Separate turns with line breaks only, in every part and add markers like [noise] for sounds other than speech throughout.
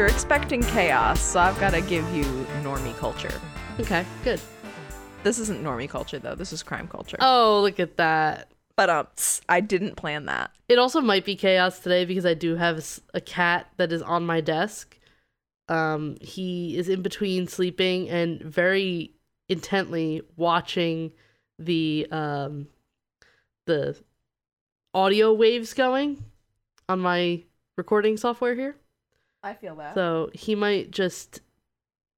expecting chaos, so I've got to give you normie culture.
Okay, good.
This isn't normie culture though. This is crime culture.
Oh, look at that.
But um, tss, I didn't plan that.
It also might be chaos today because I do have s- a cat that is on my desk. Um, he is in between sleeping and very intently watching the um, the audio waves going on my recording software here.
I feel that.
So he might just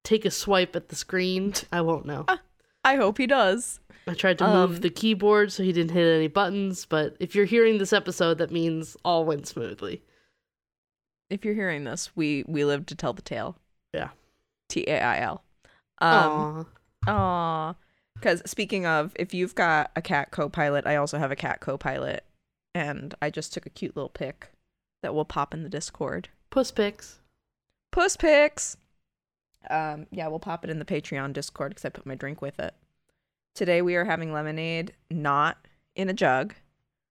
take a swipe at the screen. I won't know.
I hope he does.
I tried to
Um,
move the keyboard so he didn't hit any buttons, but if you're hearing this episode, that means all went smoothly.
If you're hearing this, we we live to tell the tale.
Yeah.
T A I L. Um.
Um,
Aw. Because speaking of, if you've got a cat co-pilot, I also have a cat co-pilot, and I just took a cute little pic that will pop in the Discord.
Puss Picks.
Puss pics. Um, yeah, we'll pop it in the Patreon Discord because I put my drink with it. Today we are having lemonade, not in a jug,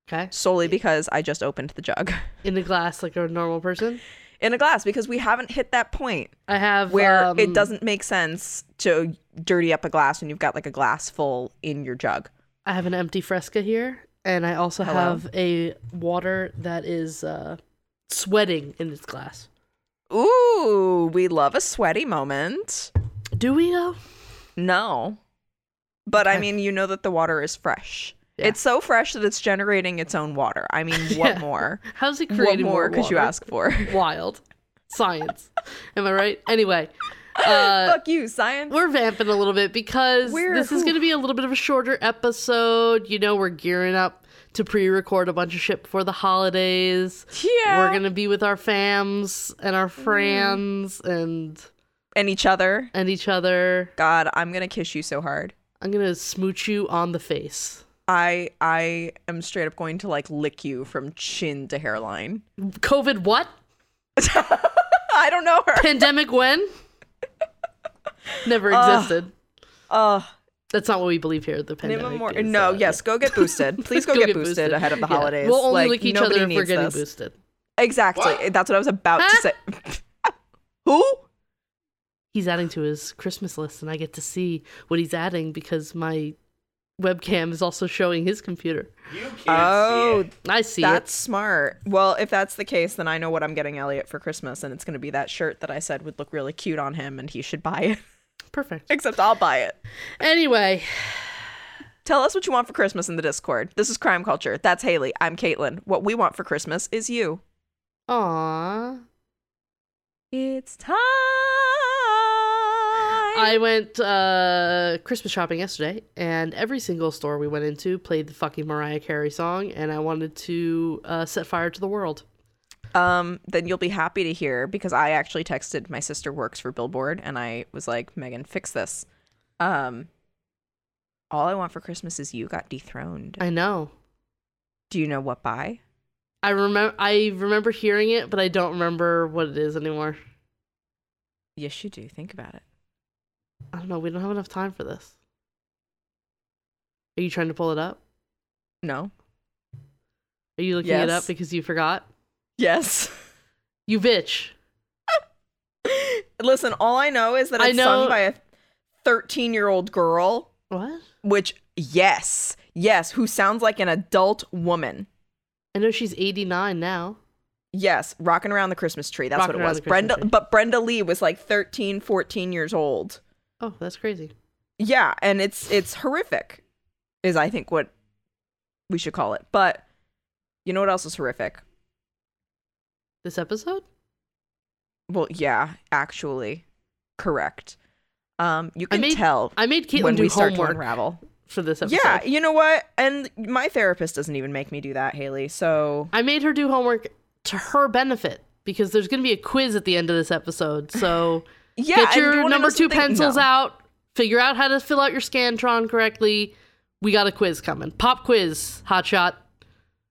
Okay.
solely because I just opened the jug [laughs]
In the glass like a normal person.
in a glass because we haven't hit that point
I have
where
um,
it doesn't make sense to dirty up a glass when you've got like a glass full in your jug.
I have an empty fresca here, and I also
Hello.
have a water that is uh, sweating in its glass.
Ooh, we love a sweaty moment.
Do we though?
No. But I
Okay.
mean, you know that the water is fresh.
Yeah.
It's so fresh that it's generating its own water. I mean, what
[laughs] Yeah.
more?
How's it
What
creating
more could you
water?
ask for? [laughs]
Wild science. Am I right? Anyway. Uh,
[laughs] Fuck you, science.
We're vamping a little bit because
We're-
this is going to be a little bit of a shorter episode. You know, we're gearing up to pre-record a bunch of shit before the holidays.
yeah. Mm.
We're going to be with our fams and our friends and
and each other.
and each other.
God, I'm gonna kiss you so hard.
I'm going to smooch you on the face.
I I am straight up going to like lick you from chin to hairline. [laughs]
COVID what?
I don't know her. [laughs]
Pandemic when? Never
Uh,
existed.
Ugh.
That's not what we believe here. The pandemic.
Name a more.
is,
No,
uh,
yes, go get
[laughs]
boosted. Please go, get, boosted, ahead of the
Yeah.
holidays.
We'll only
like,
lick each
nobody
other if we're
needs
getting
this.
boosted.
Exactly. That's what I was about to
Huh?
say. [laughs] Who?
he's adding to his Christmas list, and I get to see what he's adding because my webcam is also showing his computer.
You can't
Oh,
see it.
I see
that's smart. Well, if that's the case, then I know what I'm getting Elliot for Christmas, and it's going to be that shirt that I said would look really cute on him, and he should buy it. [laughs]
it. Perfect.
Except I'll buy it.
Anyway,
Tell us what you want for Christmas in the Discord. This is Crime Culture. That's Haley. I'm Caitlin. What we want for Christmas is you.
aw,
It's time.
I went uh, Christmas shopping yesterday, and every single store we went into played the fucking Mariah Carey song, and I wanted to uh, set fire to the world.
um, then you'll be happy to hear because I actually texted my sister works for Billboard, and I was like, Megan, fix this. Um, all I want for Christmas is you got dethroned.
I know.
Do you know what by?
I remember. I remember hearing it, but I don't remember what it is anymore.
Yes, you do. Think about it.
I don't know. We don't have enough time for this. Are you trying to pull it up?
No.
Are you looking it
Yes.
up because you forgot?
Yes. [laughs]
You bitch.
Listen, all I know is that
I
it's sung
know-
by a 13 year old girl,
What?
which, yes, yes, who sounds like an adult woman.
I know she's 89 now.
Yes, rocking around the Christmas tree. That's
Rockin'
what it
Around
was.
the Christmas
Brenda,
Tree.
but Brenda Lee was like 13, 14 years old.
Oh, that's crazy.
Yeah, and it's it's horrific, is I think what we should call it. But you know what else is horrific?
This episode?
Well, yeah, actually, correct. Um, you
I
can
made-
tell
I made Caitlin
when
do
we start to
homework
unravel.
for this episode.
Yeah, you know what? And my therapist doesn't even make me do that, Haley. So
I made her do homework to her benefit because there's going to be a quiz at the end of this episode. So
[laughs] yeah,
get
and you
your
wanna
number
know
two
something?
pencils
No.
out. Figure out how to fill out your Scantron correctly. We got a quiz coming. Pop quiz, hotshot.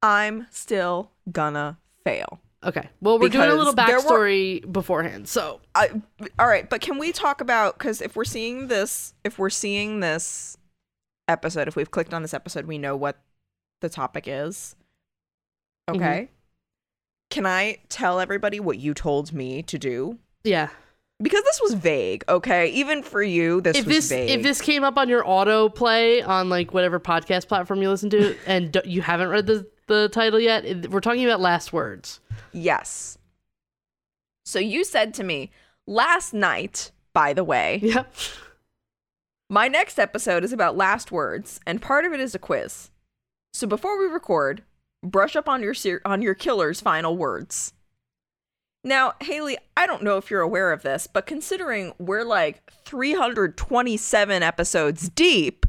I'm still gonna fail.
Okay. Well, we're doing a little
Because there were-
backstory beforehand. So
I, all right, but can we talk about because if we're seeing this, if we're seeing this episode, if we've clicked on this episode, we know what the topic is.
Mm-hmm.
Okay. Can I tell everybody what you told me to do
Yeah.
Because this was vague, okay? Even for you, this
if
was
this
vague.
if this came up on your autoplay on like whatever podcast platform you listen to and d- you haven't read the the title yet, it- we're talking about last words.
yes. So you said to me last night, by the way,
Yep.
my next episode is about last words, and part of it is a quiz. So before we record, brush up on your ser- on your killer's final words. Now, Haley, I don't know if you're aware of this, but considering we're like 327 episodes deep,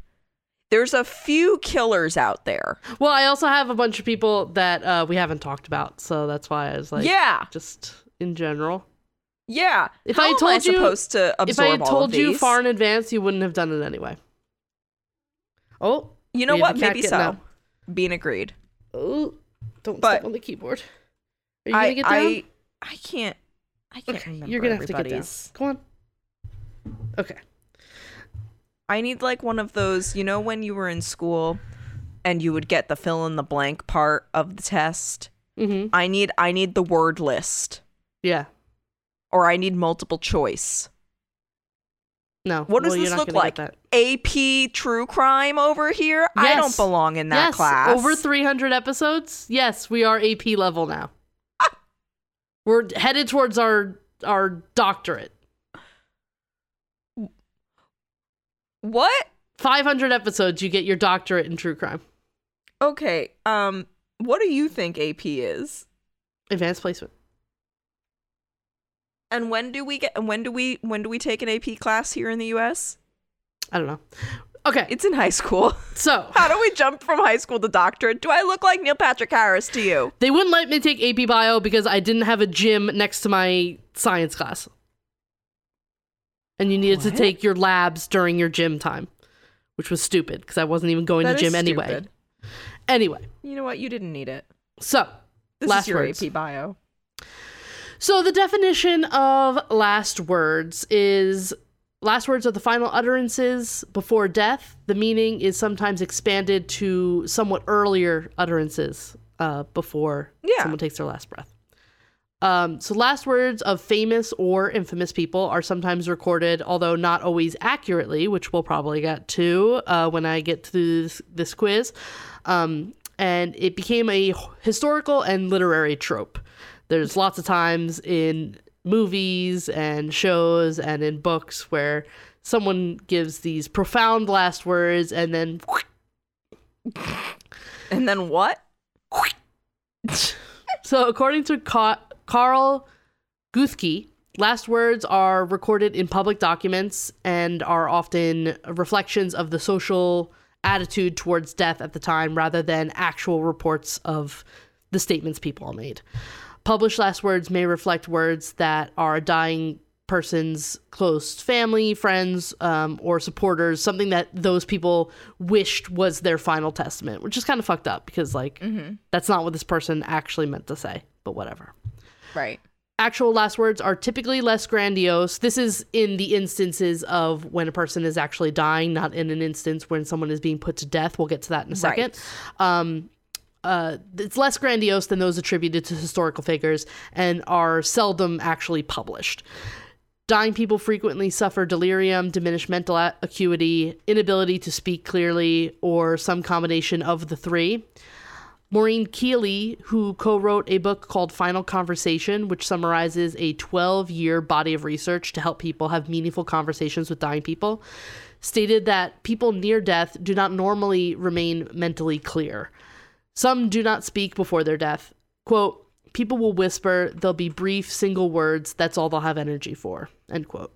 there's a few killers out there.
Well, I also have a bunch of people that uh, we haven't talked about, so that's why I was like,
yeah,
just in general.
yeah.
If
How
I
am I
told you-
supposed to
if I
absorb
had
all of
told you
these?
far in advance, you wouldn't have done it anyway. Oh,
you know
we
what?
have a cat
Maybe so.
getting up.
Being agreed.
Oh, don't
But-
step on the keyboard. Are you gonna get down?
I, I can't. I can't
okay,
remember
you're gonna have to get
everybody's.
down. Come on. Okay.
I need like one of those, you know, when you were in school and you would get the fill in the blank part of the test.
Mm-hmm.
I need I need the word list
Yeah.
or I need multiple choice.
No.
What does
well, you're
this
not
look
gonna
like?
get that.
AP true crime over here? I don't
Yes.
belong in that
yes,
class.
over 300 episodes. Yes, we are AP level now.
[laughs]
We're headed towards our our doctorate.
what?
500 episodes, you get your doctorate in true crime,
Okay. Um what do you think AP is?
advanced placement.
And when do we get when do we when do we take an AP class here in the US?
I don't know. Okay,
It's in high school. [laughs]
so [laughs]
How do we jump from high school to doctorate? Do I look like Neil Patrick Harris to you?
they wouldn't let me take AP Bio because I didn't have a gym next to my science class, and you needed to
What?
take your labs during your gym time, which was stupid because I wasn't even going
That
to
is
gym anyway.
stupid.
Anyway,
You know what? You didn't need it.
so
This
last
is your
words.
AP bio.
So, the definition of last words is last words are the final utterances before death. The meaning is sometimes expanded to somewhat earlier utterances uh, before
Yeah.
someone takes their last breath. Um, so, last words of famous or infamous people are sometimes recorded, although not always accurately, which we'll probably get to uh, when I get to this, this quiz. Um, and it became a h- historical and literary trope. There's lots of times in movies and shows and in books where someone gives these profound last words and then [laughs]
And then what? [laughs]
So, according to Ca- Carl Guthke, last words are recorded in public documents and are often reflections of the social attitude towards death at the time rather than actual reports of the statements people all made. Published last words may reflect words that are a dying person's close family, friends, um, or supporters, something that those people wished was their final testament, which is kind of fucked up because, like, that's not what this person actually meant to say, but whatever.
Right.
Actual last words are typically less grandiose. This is in the instances of when a person is actually dying, not in an instance when someone is being put to death. We'll get to that in a second. Um, uh, it's less grandiose than those attributed to historical figures and are seldom actually published. Dying people frequently suffer delirium, diminished mental a- acuity, inability to speak clearly, or some combination of the three. Maureen Keeley, who co wrote a book called Final Conversation, which summarizes a 12 year body of research to help people have meaningful conversations with dying people, stated that people near death do not normally remain mentally clear. Some do not speak before their death. Quote, people will whisper, they'll be brief, single words, that's all they'll have energy for, end quote.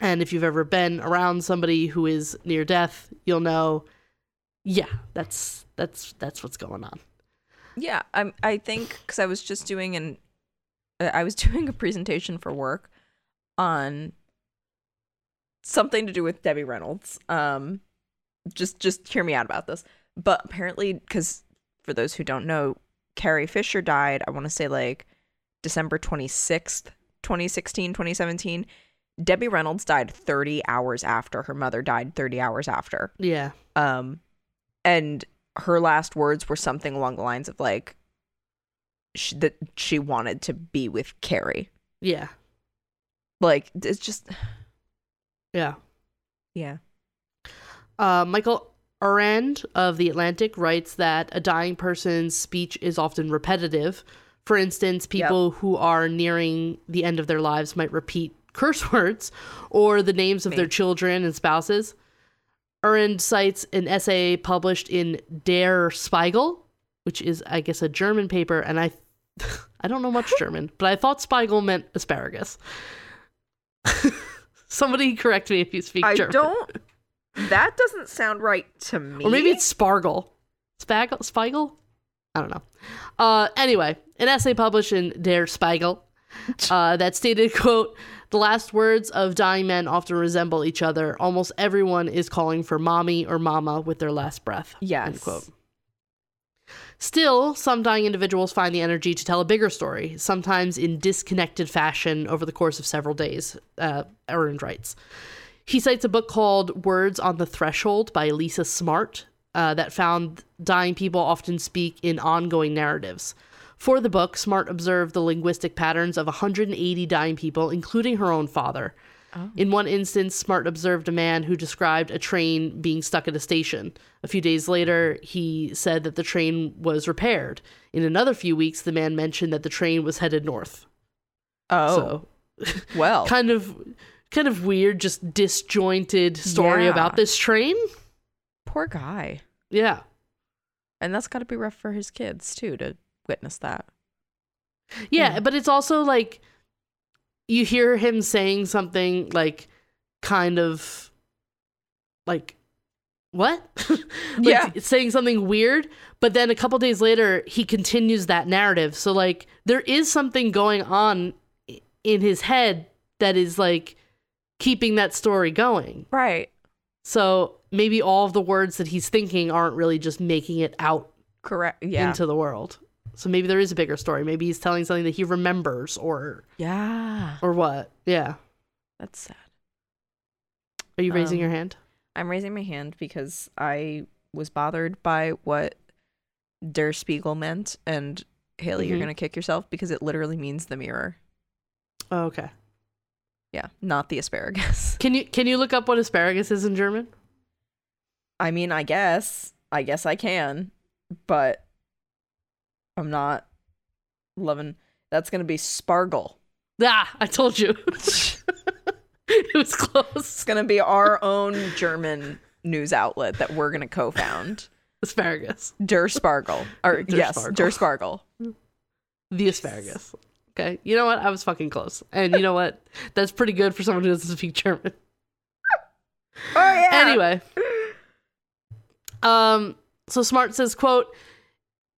And if you've ever been around somebody who is near death, you'll know, yeah, that's that's that's what's going on.
Yeah. I'm. I think because I was just doing an, uh, I was [laughs] doing a presentation for work, on. Something to do with Debbie Reynolds. Um, just just hear me out about this. But apparently, because for those who don't know, Carrie Fisher died. I want to say like December twenty sixth, 2016, 2017. Debbie Reynolds died 30 hours after her mother died 30 hours after.
Yeah.
um and her last words were something along the lines of like sh that she wanted to be with Carrie
Yeah.
Like it's just
Yeah.
yeah.
Uh, Michael Arend of The Atlantic writes that a dying person's speech is often repetitive. For instance, people who are nearing the end of their lives might repeat curse [laughs] words or the names of
Me.
their children and spouses. Arend cites an essay published in Der Spiegel, which is, I guess, a German paper, and I, [laughs] I don't know much
[laughs]
German, but I thought Spiegel meant asparagus. [laughs] Somebody correct me if you speak
I
German.
don't. That doesn't sound right to me.
Or maybe it's Spargle. Spaggle? Spiegel? I don't know. Uh, anyway, an essay published in
[laughs]
Der Spiegel uh, that stated, quote, the last words of dying men often resemble each other. Almost everyone is calling for mommy or mama with their last breath.
Yes.
End quote. Still, some dying individuals find the energy to tell a bigger story, sometimes in disconnected fashion over the course of several days, uh, Erend writes. He cites a book called Words on the Threshold by Lisa Smart uh, that found dying people often speak in ongoing narratives. For the book, Smart observed the linguistic patterns of 180 dying people, including her own father. In one instance, Smart observed a man who described a train being stuck at a station. A few days later, he said that the train was repaired. In another few weeks, the man mentioned that the train was headed north.
Oh
So,
well.
kind of kind of weird just disjointed story
Yeah.
about this train
poor guy.
yeah
And that's got to be rough for his kids too to witness that.
yeah
Yeah.
but it's also like you hear him saying something like kind of like what [laughs] Like,
Yeah.
saying something weird but then a couple days later he continues that narrative so like there is something going on i- in his head that is like keeping that story going
Right.
So maybe all of the words that he's thinking aren't really just making it out
Correct. Yeah.
into the world. So maybe there is a bigger story. Maybe he's telling something that he remembers or
yeah.
or what. Yeah.
That's sad.
Are you raising
Um,
your hand?
I'm raising my hand because I was bothered by what Der Spiegel meant, and Haley, you're
Mhm.
gonna kick yourself because it literally means the mirror.
Oh, okay.
Yeah, not the asparagus. [laughs]
Can you can you look up what asparagus is in German?
I mean, I guess, I guess I can, but I'm not loving. That's gonna be Spargle.
Ah, I told you. [laughs] it was
It's
close.
gonna be [laughs] our own German news outlet that we're gonna co-found.
Asparagus.
Der Spargle, or
Der
yes,
Spargel.
Der Spargle.
The asparagus. Okay. You know what? I was fucking close. And you know what? That's pretty good for someone who doesn't speak German.
Oh yeah.
anyway um so smart says quote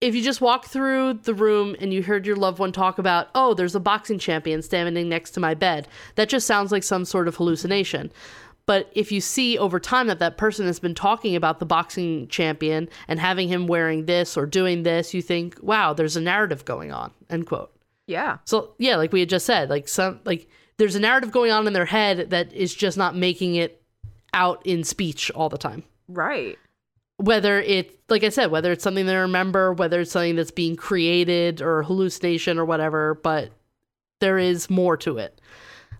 if you just walk through the room and you heard your loved one talk about oh there's a boxing champion standing next to my bed that just sounds like some sort of hallucination but if you see over time that that person has been talking about the boxing champion and having him wearing this or doing this you think wow there's a narrative going on end quote
yeah.
so yeah, like we had just said, like some like there's a narrative going on in their head that is just not making it out in speech all the time.
Right.
Whether it like I said, whether it's something they remember, whether it's something that's being created or hallucination or whatever, but there is more to it.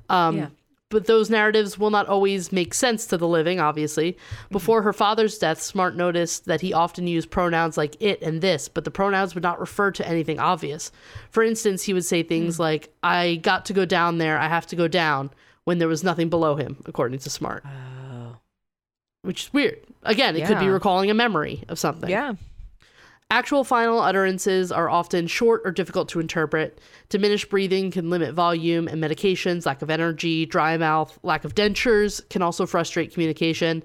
Um
Yeah.
But those narratives will not always make sense to the living, obviously.
Mm-hmm.
Before her father's death, Smart noticed that he often used pronouns like it and this, but the pronouns would not refer to anything obvious. For instance, he would say things
Mm.
like, I got to go down there, I have to go down, when there was nothing below him, according to Smart. Which is weird. Again, it could be
Uh, Yeah.
recalling a memory of something.
Yeah.
Actual final utterances are often short or difficult to interpret. Diminished breathing can limit volume, and medications, lack of energy, dry mouth, lack of dentures can also frustrate communication.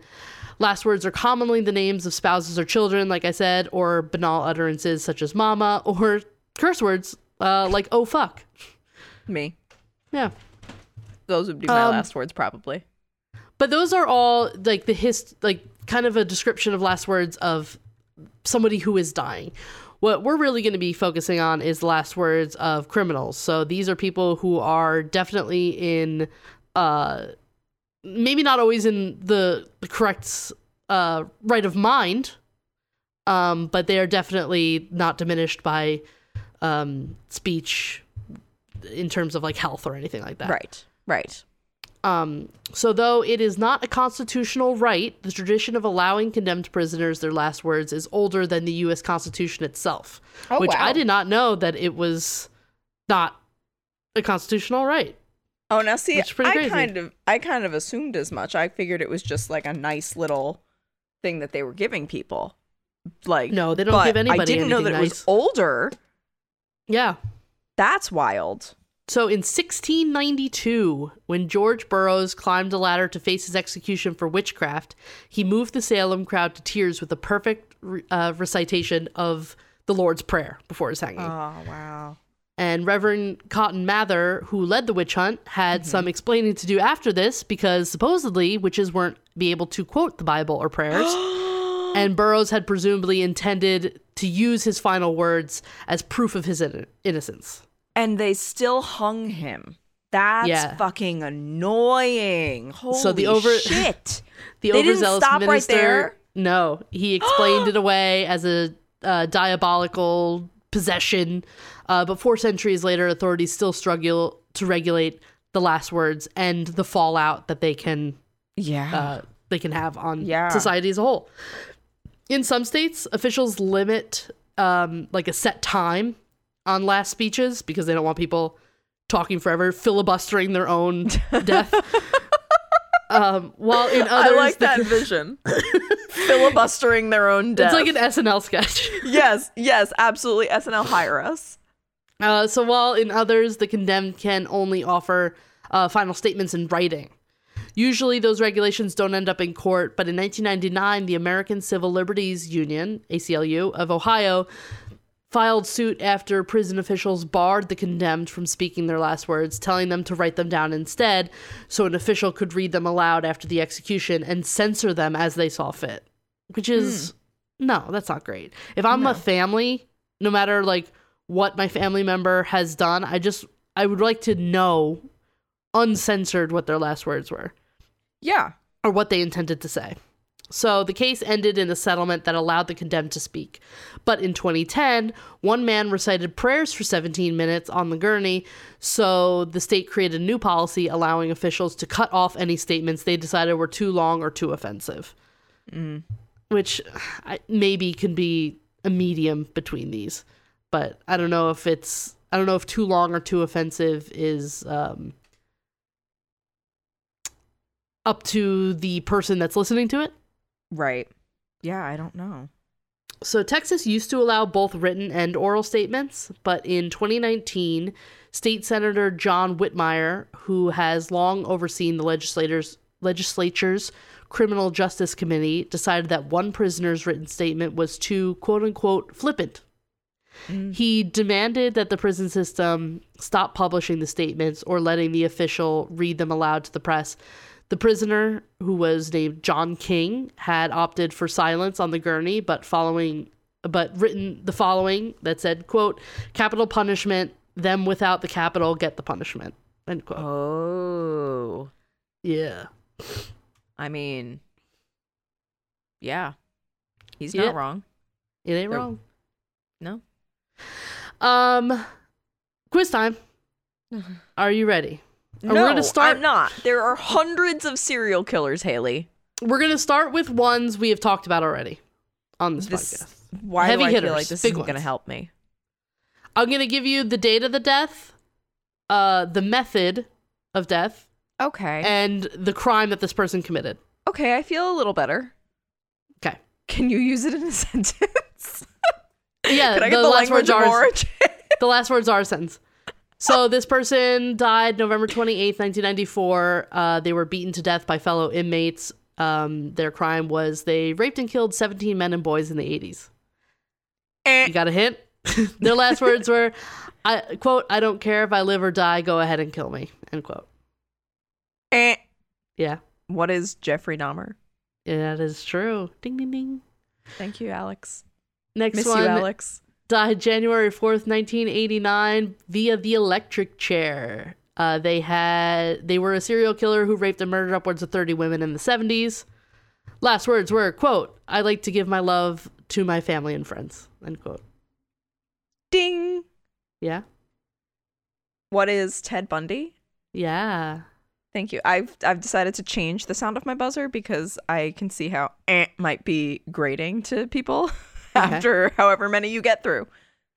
Last words are commonly the names of spouses or children, like I said, or banal utterances such as mama, or [laughs] curse words uh, like oh fuck.
Me.
Yeah.
Those would be my
Um,
last words, probably.
But those are all like the hist like kind of a description of last words of somebody who is dying. What we're really going to be focusing on is the last words of criminals. So these are people who are definitely in uh maybe not always in the, the correct uh right of mind um but they are definitely not diminished by um speech in terms of like health or anything like that.
Right. Right.
Um, so, though it is not a constitutional right, the tradition of allowing condemned prisoners their last words is older than the U.S. Constitution itself,
Oh,
which
wow.
I did not know that it was not a constitutional right.
Oh, now see,
Which is pretty
I
crazy.
kind of I kind of assumed as much. I figured it was just like a nice little thing that they were giving people. Like
No, they don't
but
give
I
anybody
didn't know that
anything
it was
nice.
older.
Yeah.
That's wild.
So in 1692, when George Burroughs climbed a ladder to face his execution for witchcraft, he moved the Salem crowd to tears with a perfect re- uh, recitation of the Lord's Prayer before his hanging.
Oh, wow.
And Reverend Cotton Mather, who led the witch hunt, had
Mm-hmm.
some explaining to do after this because supposedly witches weren't be able to quote the Bible
[gasps]
or prayers. and Burroughs had presumably intended to use his final words as proof of his in- innocence.
And they still hung him. That's
Yeah.
fucking annoying. Holy
So the over-
shit.
[laughs] The
They didn't
overzealous
stop right
minister.
there?
No,
[gasps]
he explained it away as a uh, diabolical possession. Uh, but four centuries later, authorities still struggle to regulate the last words and the fallout that they can
yeah.
uh, they can have on
Yeah.
society as a whole. In some states, officials limit um, like a set time on last speeches because they don't want people talking forever, filibustering their own
[laughs]
death. um, while in others,
I like
the-
that
[laughs]
vision. Filibustering their own death.
it's like an SNL sketch.
yes, yes, absolutely. SNL hire us.
Uh, so while in others, the condemned can only offer uh, final statements in writing. Usually, those regulations don't end up in court, but in 1999, the American Civil Liberties Union, ACLU, of Ohio filed suit after prison officials barred the condemned from speaking their last words, telling them to write them down instead so an official could read them aloud after the execution and censor them as they saw fit. Which is, no, that's not great. If I'm a family, no matter like what my family member has done, I just, I would like to know uncensored what their last words were
Yeah.
or what they intended to say. So the case ended in a settlement that allowed the condemned to speak. But in 2010, one man recited prayers for 17 minutes on the gurney, so the state created a new policy allowing officials to cut off any statements they decided were too long or too offensive. Which I, maybe can be a medium between these. But I don't know if it's I don't know if too long or too offensive is um, up to the person that's listening to it.
Right. Yeah, I don't know.
So Texas used to allow both written and oral statements, but in 2019, State Senator John Whitmire, who has long overseen the legislators legislature's criminal justice committee, decided that one prisoner's written statement was too quote unquote flippant. Mm-hmm. He demanded that the prison system stop publishing the statements or letting the official read them aloud to the press. The prisoner, who was named John King, had opted for silence on the gurney, but following but written the following that said, quote, capital punishment, them without the capital get the punishment. End quote.
Oh.
Yeah.
I mean, yeah. He's
Yeah.
not wrong.
It ain't
Nope.
wrong.
No.
Um quiz time. Are you ready? And
no,
Uh, we're gonna start
I'm not. There are hundreds of serial killers, Haley.
We're gonna start with ones we have talked about already on this,
This
podcast.
why
Heavy
do I
hitters,
feel like this
big
isn't going to
ones.
help me?
I'm gonna give you the date of the death, uh, the method of death,
Okay.
and the crime that this person
[laughs]
committed.
okay, I feel a little better.
Okay.
Can you use it in a [laughs] sentence?
Yeah,
Can I get the,
Uh, last
language
words
of
are
origin?
the last words are a sentence. So this person died November 28th, 1994. Uh, they were beaten to death by fellow inmates. Um, their crime was they raped and killed 17 men and boys in the 80s.
[laughs] Eh.
You got a hint? [laughs] their last words were, I, quote, I don't care if I live or die, go ahead and kill me, end quote.
Eh.
Yeah,
What is Jeffrey Dahmer?
yeah that is true. Ding, ding, ding.
Thank you, Alex.
Next
Miss
one
you, Alex.
died January 4th, 1989 via the electric chair. Uh, they had they were a serial killer who raped and murdered upwards of 30 women in the 70s. Last words were, quote, I like to give my love to my family and friends, end quote.
Ding.
Yeah.
What is Ted Bundy?
Yeah.
Thank you. I've I've decided to change the sound of my buzzer because I can see how eh might be grating to people [laughs] after however many you get through.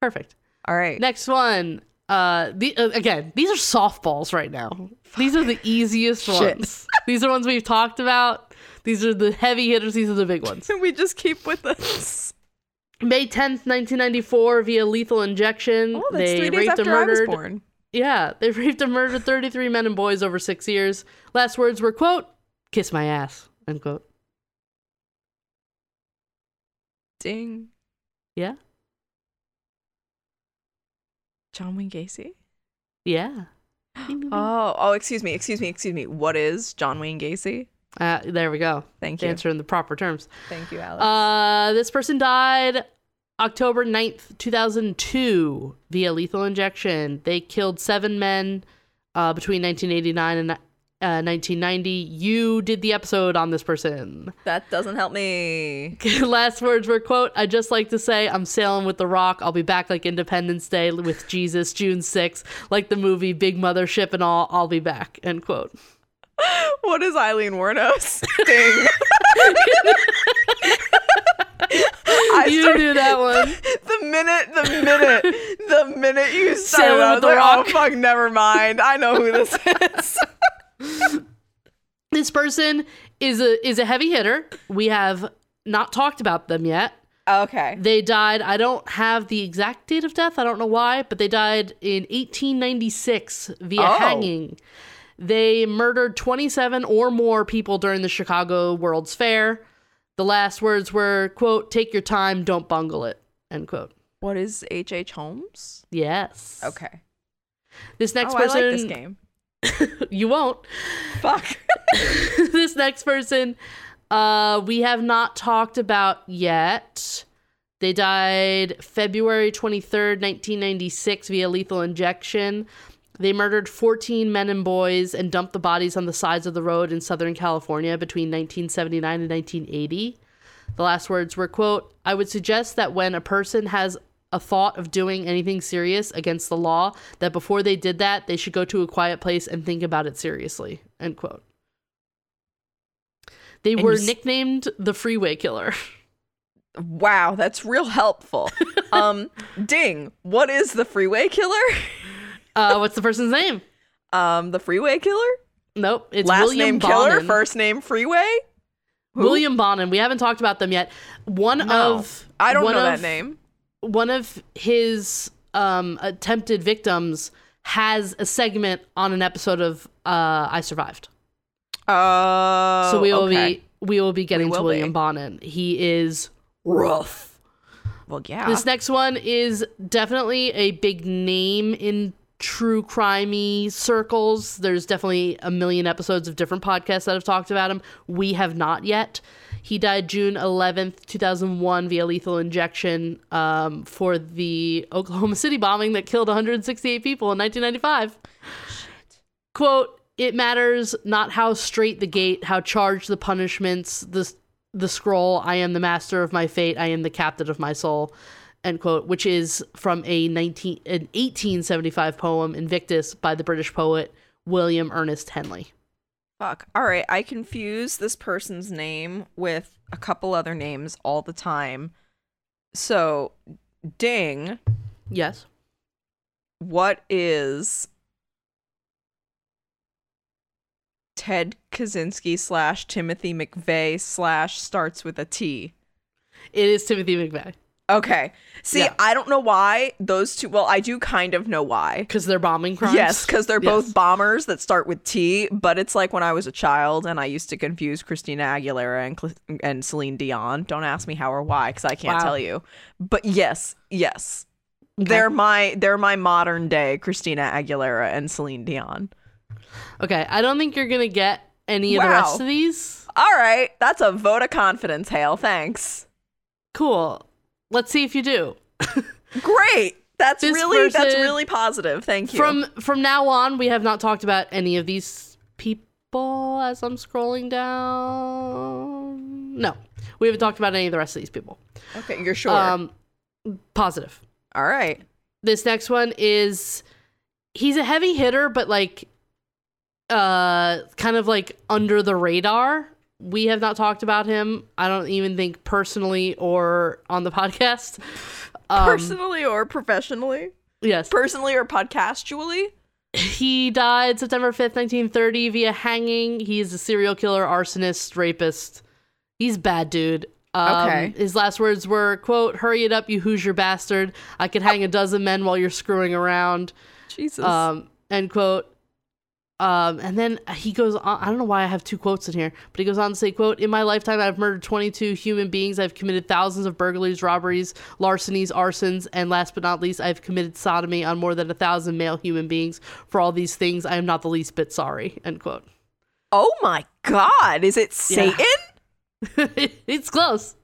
Perfect.
All right.
Next one. Uh, the, uh, again, these are softballs right now. These are the easiest
Shit.
ones. these are ones we've talked about. These are the heavy hitters. These are the big ones.
[laughs] we just keep with this.
May 10th, 1994, via lethal injection,
Oh, that's
they
three days
raped
after
and
I was
murdered.
born.
Yeah, they [laughs] raped and murdered 33 men and boys over six years. Last words were, quote, kiss my ass, unquote.
Ding.
Yeah,
John Wayne Gacy.
yeah.
[gasps]
Mm-hmm.
Oh, oh, excuse me, excuse me, excuse me. What is John Wayne Gacy?
Uh, there we go.
Thank you.
Answer in the proper terms.
Thank you, Alex.
Uh, this person died October 9th, 2002, via lethal injection. They killed seven men uh, between 1989 and uh, 1990. You did the episode on this person. [laughs]
that doesn't help me.
Last words were, quote, I just like to say I'm sailing with the rock. I'll be back like Independence Day with Jesus, June 6th, like the movie Big Mothership and all. I'll be back, end quote.
What is Eileen Warnos? Ding. I
[laughs] you
started-
knew that one.
the minute, the minute, the minute you
[laughs]
started,
Sailing
I was
with the
like, oh
Rock."
fuck, never mind. I know who
[laughs]
this is.
This person is a is a heavy hitter. We have not talked about them yet.
okay.
They died. I don't have the exact date of death. I don't know why, but they died in 1896 via
Oh.
hanging. They murdered 27 or more people during the Chicago World's Fair. The last words were, "quote Take your time, don't bungle it." End quote.
What is H.H. H. Holmes?
Yes.
Okay.
This next
oh,
person,
I like this game.
you won't. [laughs]
Fuck.
this next person uh we have not talked about yet they died february 23rd 1996 via lethal injection they murdered 14 men and boys and dumped the bodies on the sides of the road in southern california between 1979 and 1980 the last words were quote i would suggest that when a person has a thought of doing anything serious against the law that before they did that they should go to a quiet place and think about it seriously end quote they
And
were
you s-
nicknamed the
[laughs]
freeway killer.
Wow, that's real
[laughs]
helpful. Um, ding. What is the freeway killer?
Uh, what's the person's name?
Um, the freeway killer.
Nope. It's
Last
William
name
Bonin.
killer, first name freeway. Who?
William Bonin. We haven't talked about them yet. One
No,
of
Oh, I don't
one
know
of-
that name.
One of his um, attempted victims has a segment on an episode of uh, I Survived.
Uh,
so we will
okay.
be we will be getting
will
to William
be.
Bonin. He is rough.
Well, yeah.
This next one is definitely a big name in true crimey circles. There's definitely a million episodes of different podcasts that have talked about him. We have not yet. He died June 11th, 2001, via lethal injection um, for the Oklahoma [laughs] City bombing that killed 168 people in 1995. Quote, it matters not how straight the gate, how charged the punishments, the, the scroll, I am the master of my fate, I am the captain of my soul end quote, which is from a 19, an 1875 poem, Invictus, by the British poet William Ernest Henley.
Fuck. All right. I confuse this person's name with a couple other names all the time. So, ding.
Yes.
What is Ted Kaczynski slash Timothy McVeigh slash starts with a T?
It is Timothy McVeigh
Okay. See,
Yeah.
I don't know why those two. Well, I do kind of know why.
because they're bombing crimes.
Yes, because they're
Yes.
both bombers that start with T. But it's like when I was a child and I used to confuse Christina Aguilera and Cl- and Celine Dion. Don't ask me how or why, because I can't
Wow.
tell you. But yes, yes,
Okay.
they're my they're my modern day Christina Aguilera and Celine Dion.
Okay. I don't think you're going to get any of the
Wow.
rest of these.
All right, that's a vote of confidence, Hale. Thanks.
Cool. Let's see if you do.
Great. That's
This
really that's
person-
really positive. Thank you.
From from now on, we have not talked about any of these people as I'm scrolling down. No. We haven't talked about any of the rest of these people.
okay, you're sure.
Um positive.
All right.
this next one is he's a heavy hitter, but like uh kind of like under the radar. We have not talked about him. I don't even think personally or on the [laughs] podcast. Um,
Personally or professionally?
yes.
Personally or podcastually?
He died September 5th, 1930 via hanging. He is a serial killer, arsonist, rapist. He's bad dude. Um,
Okay.
His last words were, quote, hurry it up, you Hoosier bastard. I could hang a dozen men while you're screwing around.
Jesus.
Um, end quote. Um, and then he goes on, I don't know why I have two quotes in here, but he goes on to say, quote, in my lifetime, I've murdered 22 human beings. I've committed thousands of burglaries, robberies, larcenies, arsons. And last but not least, I've committed sodomy on more than a thousand male human beings. For all these things, I am not the least bit sorry, end quote. [laughs]
oh my god, is it
Yeah.
Satan?
it's close.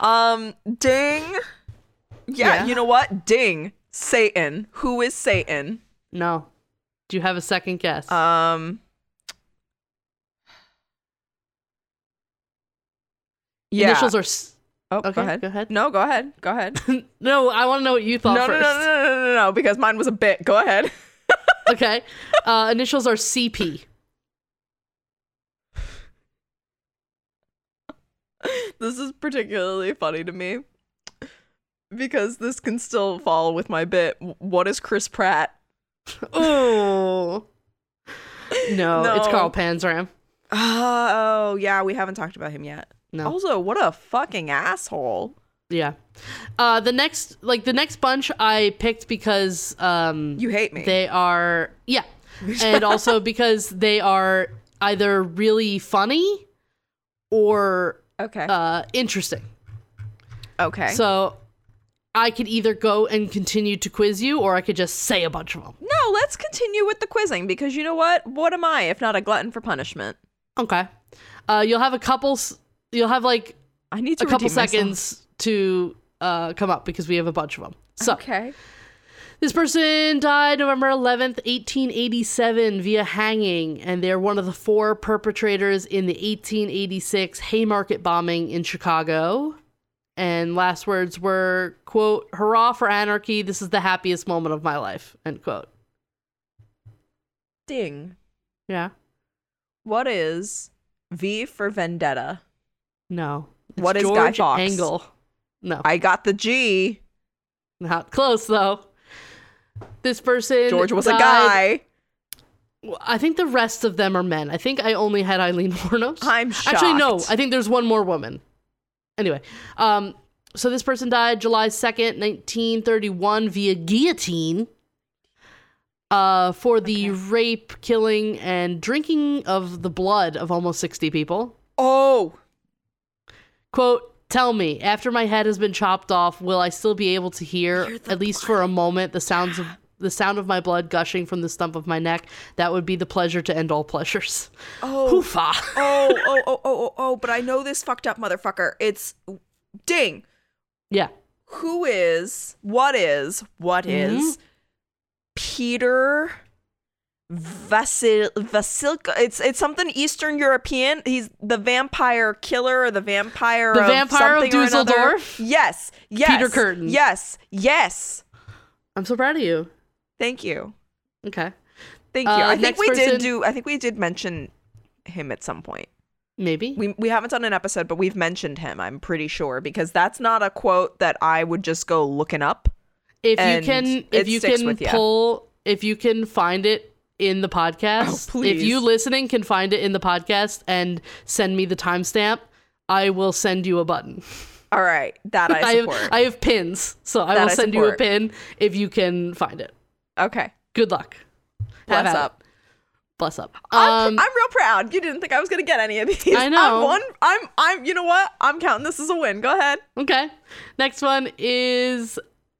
Um, ding. Yeah,
Yeah.
you know what? Ding. Satan. Who is Satan?
No. Do you have a second guess?
Um. Yeah.
Initials are. S-
oh,
okay,
go ahead.
go ahead.
No, go ahead. Go [laughs] ahead.
[laughs] no, I want to know what you
no,
thought
no, no,
first.
no, no, no, no, no, because mine was a bit. Go ahead.
[laughs]
[laughs]
okay. Uh, initials are CP.
this is particularly funny to me because this can still fall with my bit. What is Chris Pratt?
Oh. No, it's
No.
Carl Panzram.
Oh, yeah, we haven't talked about him yet.
No.
Also, what a fucking asshole.
Yeah. Uh the next like the next bunch I picked because um
You hate me.
they are
[laughs]
yeah. And also because they are either really funny or
okay.
uh interesting.
okay.
So I could either go and continue to quiz you or I could just say a bunch of them.
no, let's continue with the quizzing because you know what? What am I if not a glutton for punishment?
Okay. Uh you'll have a couple s- you'll have like
I need to
a couple
redeem myself.
seconds to uh, come up because we have a bunch of them. So
Okay.
this person died November 11th, 1887, via hanging, and they're one of the four perpetrators in the 1886 Haymarket bombing in Chicago. And last words were, quote, hurrah for anarchy. This is the happiest moment of my life, end quote.
Ding.
Yeah.
What is V for Vendetta?
No.
What is Guy
George
Fawkes?
Angle. No.
I got the G.
Not close, though. This person.
George was a
died-
guy.
Well, I think the rest of them are men. I think I only had Eileen [laughs] Warnos.
I'm
Actually, no.
shocked.
I think there's one more woman. Anyway, um, so this person died July 2nd, 1931, via guillotine uh, for the rape, killing, and drinking of the blood of almost 60 people.
Oh.
Quote, Tell me, after my head has been chopped off, will I still be able to hear,
Hear
at
the
least for a moment, the sounds of the sound of my blood gushing from the stump of my neck? That would be the pleasure to end all pleasures.
Oh.
Poofa.
oh, oh, oh, oh, oh, oh, but I know this fucked up motherfucker. It's ding.
[laughs] Yeah.
Who is, what is, what is
Mm-hmm.
Peter Vasil Vasilka? It's it's something Eastern European. He's the vampire killer or the vampire
The
of
vampire of
something or another.
Dusseldorf?
Yes. Yes.
Peter Curtin.
Yes. Yes.
I'm so proud of you.
Thank you.
Okay.
Thank you.
Uh,
I think
next
we
person-
did do I think we did mention him at some point.
Maybe.
we we haven't done an episode, but we've mentioned him. I'm pretty sure because that's not a quote that I would just go looking up.
if you
and
can
it
if you
sticks
can
with ya.
pull if you can find it in the podcast.
Oh,
If you
please.
listening can find it in the podcast and send me the timestamp, I will send you a button.
All right, that [laughs] I
have
support.
[laughs] I have pins, so I
That
will
I
send you a
support.
pin if you can find it.
okay,
Good luck. Have
bless
at it.
up.
Bless up.
I'm,
Um,
I'm real proud. You didn't think I was gonna get any of these.
I know.
I'm one. I'm. I'm. You know what? I'm counting this as a win. Go ahead.
okay. Next one is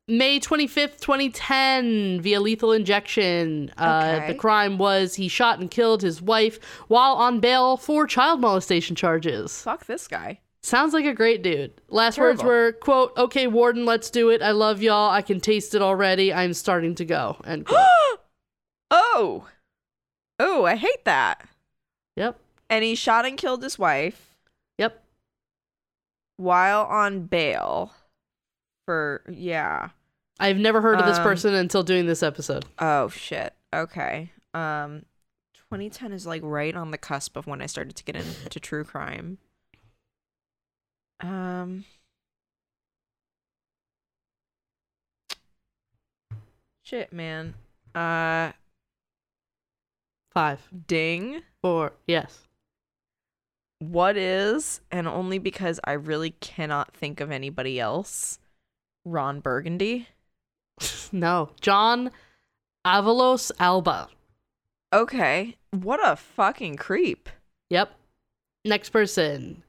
May 25th, 2010, via lethal injection. Uh,
Okay.
The crime was he shot and killed his wife while on bail for child molestation charges.
Fuck this guy.
Sounds like a great dude. Last words
Terrible.
were, quote, okay, Warden, let's do it. I love y'all. I can taste it already. I'm starting to go, end
[gasps]
quote.
[gasps] Oh. Oh, I hate that.
yep.
And he shot and killed his wife
Yep.
while on bail. For yeah.
I've never heard of this
Um,
person until doing this episode.
Oh shit. Okay. Um 2010 is like right on the cusp of when I started to get into true crime. Um. Shit, man. Uh,
Five,
ding.
four, yes. [laughs]
What is, and only because I really cannot think of anybody else, Ron Burgundy.
no, John Avalos Alba.
Okay. What a fucking creep.
Yep. Next person.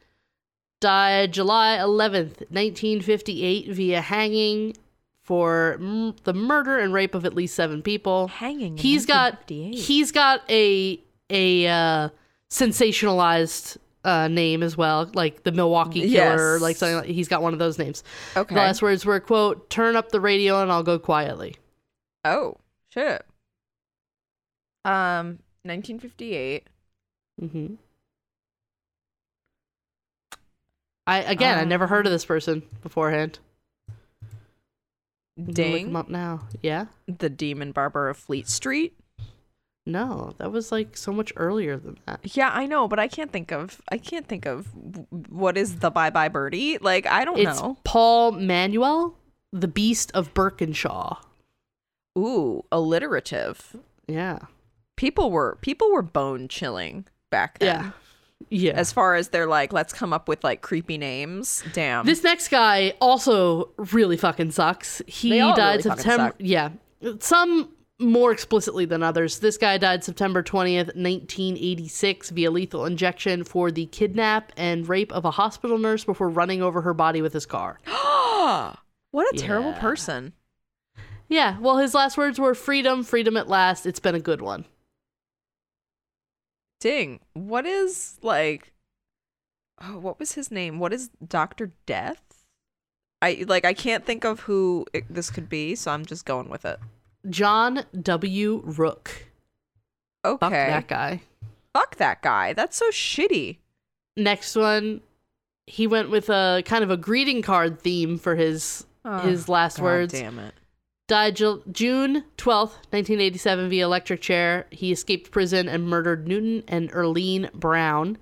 Died July 11th, 1958, via hanging for m- the murder and rape of at least seven people.
Hanging. in
He's got
1958.
he's got a a uh, sensationalized uh, name as well, like the Milwaukee Killer, or
Yes.
like something. Like, he's got one of those names.
Okay.
The last words were quote Turn up the radio and I'll go quietly.
Oh, shit. Um, 1958.
Mm-hmm. I again,
Uh,
I never heard of this person beforehand. I'm gonna Look him
Ding.
up now. Yeah.
The Demon Barber of Fleet Street.
No, that was like so much earlier than that.
Yeah, I know, but I can't think of I can't think of w- what is the Bye Bye Birdie. Like I don't
It's
know.
Paul Manuel, the Beast of Birkinshaw.
Ooh, alliterative.
Yeah.
People were people were bone chilling back then.
Yeah. Yeah.
As far as they're like, let's come up with like creepy names. Damn.
This next guy also really fucking sucks. He
They all
died
really fucking
September.
suck.
Yeah, some more explicitly than others. This guy died September twentieth, nineteen eighty six, via lethal injection for the kidnap and rape of a hospital nurse before running over her body with his car.
[gasps] what a terrible
Yeah.
person.
yeah. Well, his last words were "freedom, freedom at last. It's been a good one."
Ding. What is like oh, what was his name? What is Dr. Death? I like I can't think of who it, this could be, so I'm just going with it.
John W. Rook.
Okay.
Fuck that guy.
Fuck that guy. That's so shitty.
Next one. He went with a kind of a greeting card theme for his
Oh,
his last words.
Damn it.
Died Ju- June 12th, 1987, via electric chair. He escaped prison and murdered Newton and Erlene Brown.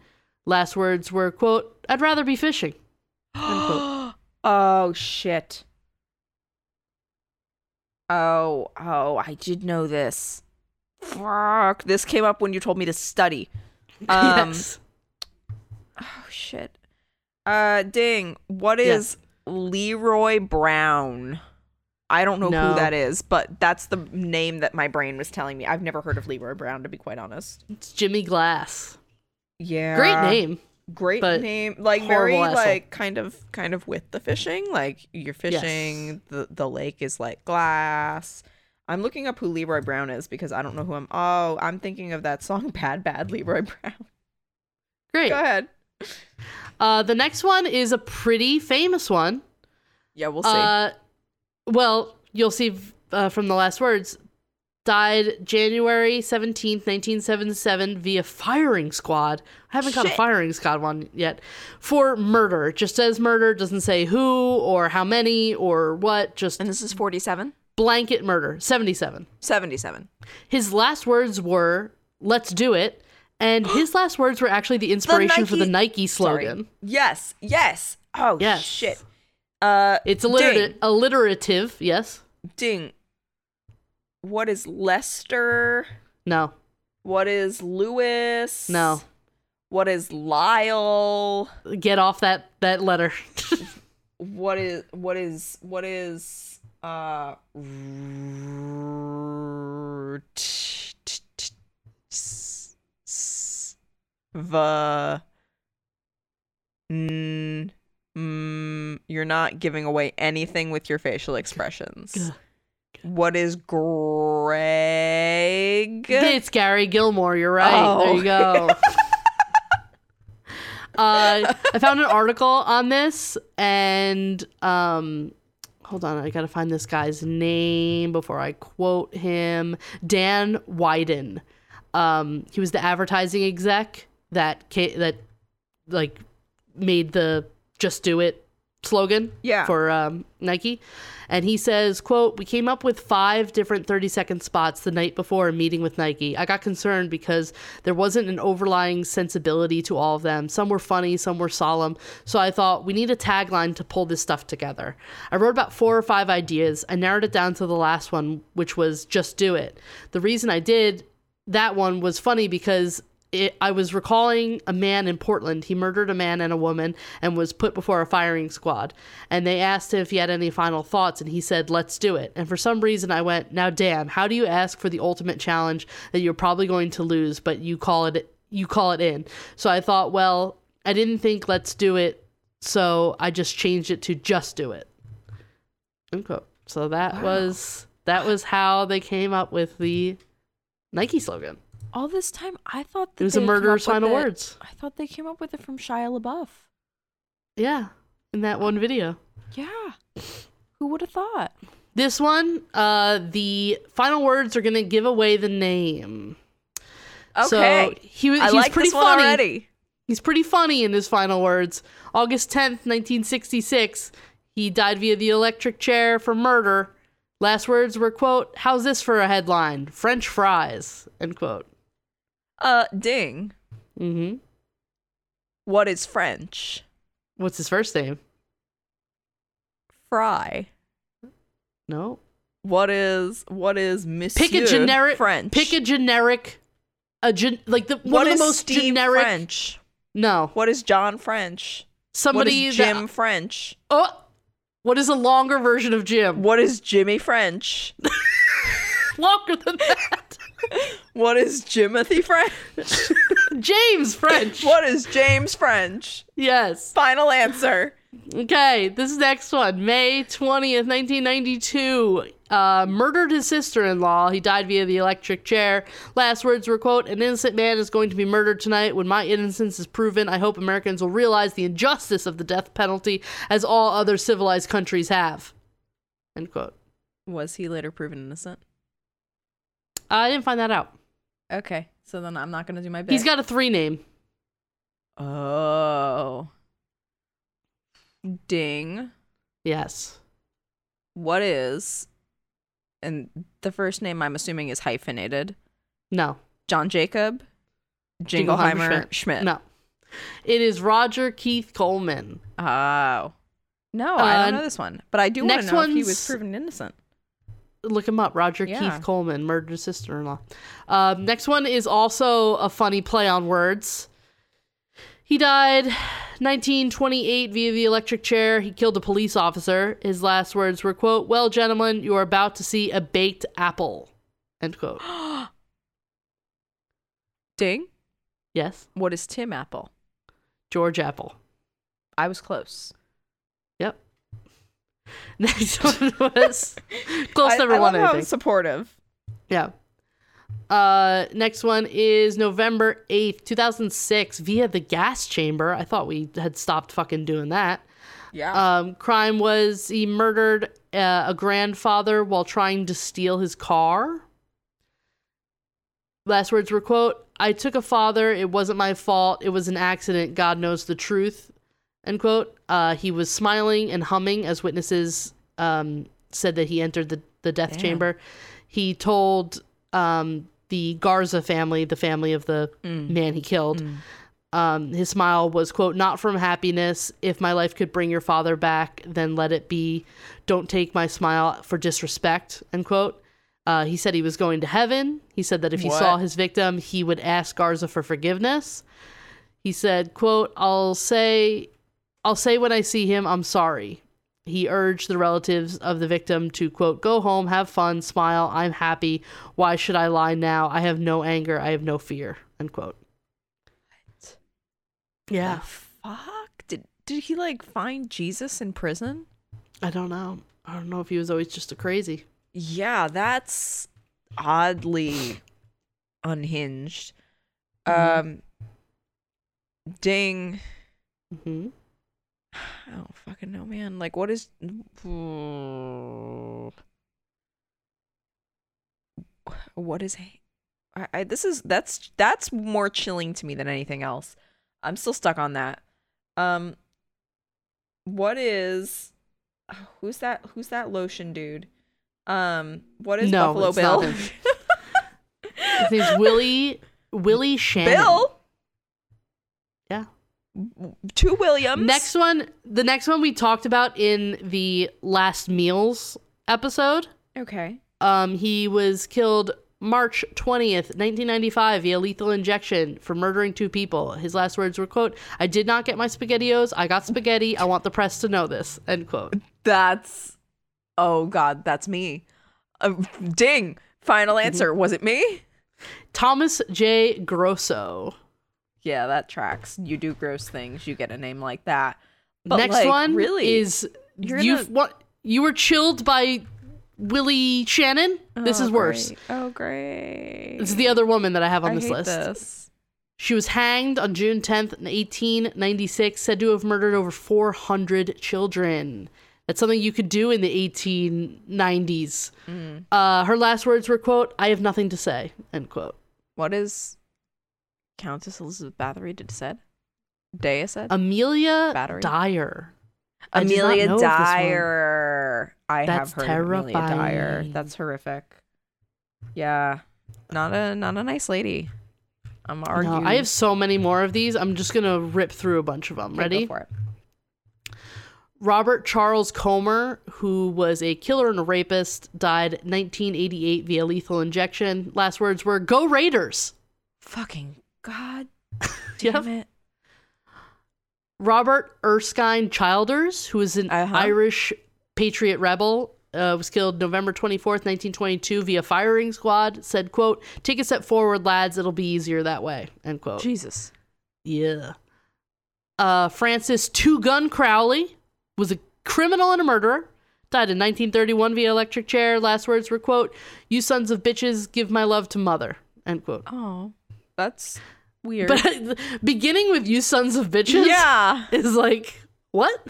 Last words were, quote, I'd rather be fishing. [laughs] Unquote.
[gasps] oh shit. Oh, oh, I did know this. Fuck. This came up when you told me to
[laughs]
study. Um
yes.
oh shit. Uh ding. What
Yeah.
is Leroy Brown? I don't know
No.
who that is, but that's the name that my brain was telling me. I've never heard of Leroy Brown to be quite honest.
It's Jimmy Glass.
Yeah.
Great name.
great
but
name like very
horrible asshole.
like kind of kind of with the fishing like you're fishing the the lake is like glass i'm looking up who leroy brown is because i don't know who i'm oh i'm thinking of that song [laughs] bad bad leroy brown
Great.
go ahead
Uh, the next one is a pretty famous one.
yeah we'll see
Uh, well, you'll see uh, from the last words. Died January 17th, 1977, via firing squad. I haven't got a
Shit.
firing squad one yet. For murder. It just says murder, doesn't say who or how many or what, just
and this is 47
blanket murder. 77.
77
His last words were, let's do it. And his last words were actually the inspiration for the Nike
sorry
slogan.
yes yes oh
Yes.
shit uh
It's alliter- alliterative, yes?
ding, ding. what is lester
No,
what is lewis
no.
what is lyle
Get off that, that letter.
what is what is what is uh r- t- t- t- s- s- va- n- mm, you're not giving away anything with your facial expressions
Gah.
what is greg
It's Gary Gilmore. You're right. There
Oh.
you go. uh, I found an article on this, and um, hold on, I gotta find this guy's name before I quote him. Dan Wyden. Um, he was the advertising exec that ca- that like made the "Just Do It" slogan
Yeah.
for um, Nike. And he says, quote, we came up with five different 30 second spots the night before a meeting with Nike. I got concerned because there wasn't an overlying sensibility to all of them. Some were funny, some were solemn. So I thought we need a tagline to pull this stuff together. I wrote about four or five ideas. I narrowed it down to the last one, which was just do it. The reason I did that one was funny because it, I was recalling a man in Portland. He murdered a man and a woman and was put before a firing squad. And they asked him if he had any final thoughts, and he said, Let's do it. And for some reason, I went, Now, damn, how do you ask for the ultimate challenge that you're probably going to lose, but you call it. You call it in. So I thought, well, I didn't think let's do it. So I just changed it to just do it. Unquote. So that was that was how they came up with the Nike slogan.
All this time, I thought that
It was a
they had come up
murderer's
with
final
it-
words.
I thought they came up with it from Shia LaBeouf.
Yeah, in that one video.
Yeah. Who would have thought?
This one, uh, the final words are gonna give away the name.
Okay.
so he was
I
he's
like
pretty
this one
funny.
already.
He's pretty funny in his final words. August tenth, nineteen sixty six. He died via the electric chair for murder. Last words were quote, "How's this for a headline? French fries." End quote.
Uh, ding.
Mm-hmm.
What is French?
What's his first name?
Fry.
No.
What is what is Monsieur
Pick a generic
French?
Pick a generic. A gen- like the
What
one of
is
the most
Steve
generic.
French?
No,
What is John French?
somebody
what is
that-
Jim French?
Oh, what is a longer version of Jim?
What is Jimmy
[laughs]
French?
Longer than that. [laughs]
What is Jimothy French?
James French.
what is James French?
Yes.
Final answer.
Okay, this next one. May 20th, 1992. Uh, murdered his sister in law. He died via the electric chair. Last words were, quote, An innocent man is going to be murdered tonight. When my innocence is proven, I hope Americans will realize the injustice of the death penalty as all other civilized countries have. End quote.
Was he later proven innocent?
Uh, I didn't find that out.
Okay, so then I'm not gonna do my best.
He's got a three name.
Oh. Ding.
Yes.
What is and the first name I'm assuming is hyphenated.
No.
John Jacob
Jingleheimer
Jingleheimer Schmidt.
No. It is Roger Keith Coleman.
Oh. No, I don't
Uh,
know this one. But I do want
next
to know if he was
one's-
proven innocent.
Look him up. Roger
Yeah.
Keith Coleman, murdered his sister in law. Um, next one is also a funny play on words. He died 1928 via the electric chair. He killed a police officer. His last words were, quote, Well, gentlemen, you are about to see a baked apple. End
[gasps]
quote.
Ding.
yes.
What is Tim Apple?
George Apple.
I was close.
Yep. [laughs]
[laughs]
Next one was close
I,
to number
I
one,
love how
I think.
supportive.
Yeah. Uh, next one is November 8th, 2006, via the gas chamber. I thought we had stopped fucking doing that.
Yeah.
Um, crime was he murdered uh, a grandfather while trying to steal his car. Last words were quote, I took a father, it wasn't my fault, it was an accident, God knows the truth. End quote. Uh, he was smiling and humming as witnesses um, said that he entered the, the death
Damn.
chamber. He told um, the Garza family, the family of the
Mm.
man he killed,
Mm.
um, his smile was quote not from happiness if my life could bring your father back then let it be don't take my smile for disrespect end quote uh, he said he was going to heaven he said that if he
What?
saw his victim he would ask garza for forgiveness he said quote i'll say i'll say when i see him i'm sorry he urged the relatives of the victim to quote go home have fun smile i'm happy why should i lie now i have no anger i have no fear end quote yeah
The fuck? Did did he like find Jesus in prison?
I don't know. I don't know if he was always just a crazy.
Yeah, that's oddly unhinged.
Mhm.
Um ding.
hmm
I don't fucking know, man. Like what is what is I, I this is that's that's more chilling to me than anything else. I'm still stuck on that. Um what is who's that who's that lotion dude? Um what is
No,
Buffalo
it's not
[laughs] Bill?
him. His
[laughs]
name's Willie Willie Shannon.
Bill
Yeah.
to Williams.
Next one, the next one we talked about in the last meals episode.
Okay.
Um, he was killed March 20th, 1995, via lethal injection for murdering two people. His last words were, quote, I did not get my SpaghettiOs. I got spaghetti. I want the press to know this, end quote.
That's oh god, that's me. Uh, ding.
Mm-hmm.
Final answer. Was it me?
Thomas J. Grosso.
Yeah, that tracks. You do gross things. You get a name like that. But,
Next
like,
one
really,
is
you're
you
gonna-
what you were chilled by Willie Shannon. this
Oh,
is worse.
great. Oh great.
This is the other woman that I have on
I
this
hate
list.
this.
She was hanged on June 10th, 1896, said to have murdered over 400 children. That's something you could do in the 1890s.
Mm-hmm.
Uh, her last words were, quote, I have nothing to say, end quote.
What is Countess Elizabeth Bathory did said? Dea said?
Amelia
Battery?
Dyer. Um, I did not know
Amelia
of this one.
Dyer. I
That's
have heard of Amelia Dyer.
terrifying.
That's horrific. Yeah. Not a not a nice lady. I'm
No,
arguing.
I have so many more of these. I'm just going to rip through a bunch of them. Ready?
for it.
Robert Charles Comer, who was a killer and a rapist, died 1988 via lethal injection. Last words were, Go Raiders!
Fucking
[laughs]
god
Yep.
damn it.
Robert Erskine Childers, who is an
Uh-huh.
Irish patriot rebel, uh, was killed November 24th, 1922 via firing squad, said, quote, take a step forward, lads. It'll be easier that way, end
Oh.
quote.
Jesus.
Yeah. Uh, Francis Two Gun Crowley was a criminal and a murderer. Died in 1931 via electric chair. Last words were, quote, you sons of bitches, give my love to mother, end quote.
Oh. That's weird.
But [laughs] beginning with you sons of bitches
[laughs] yeah.
is like, what?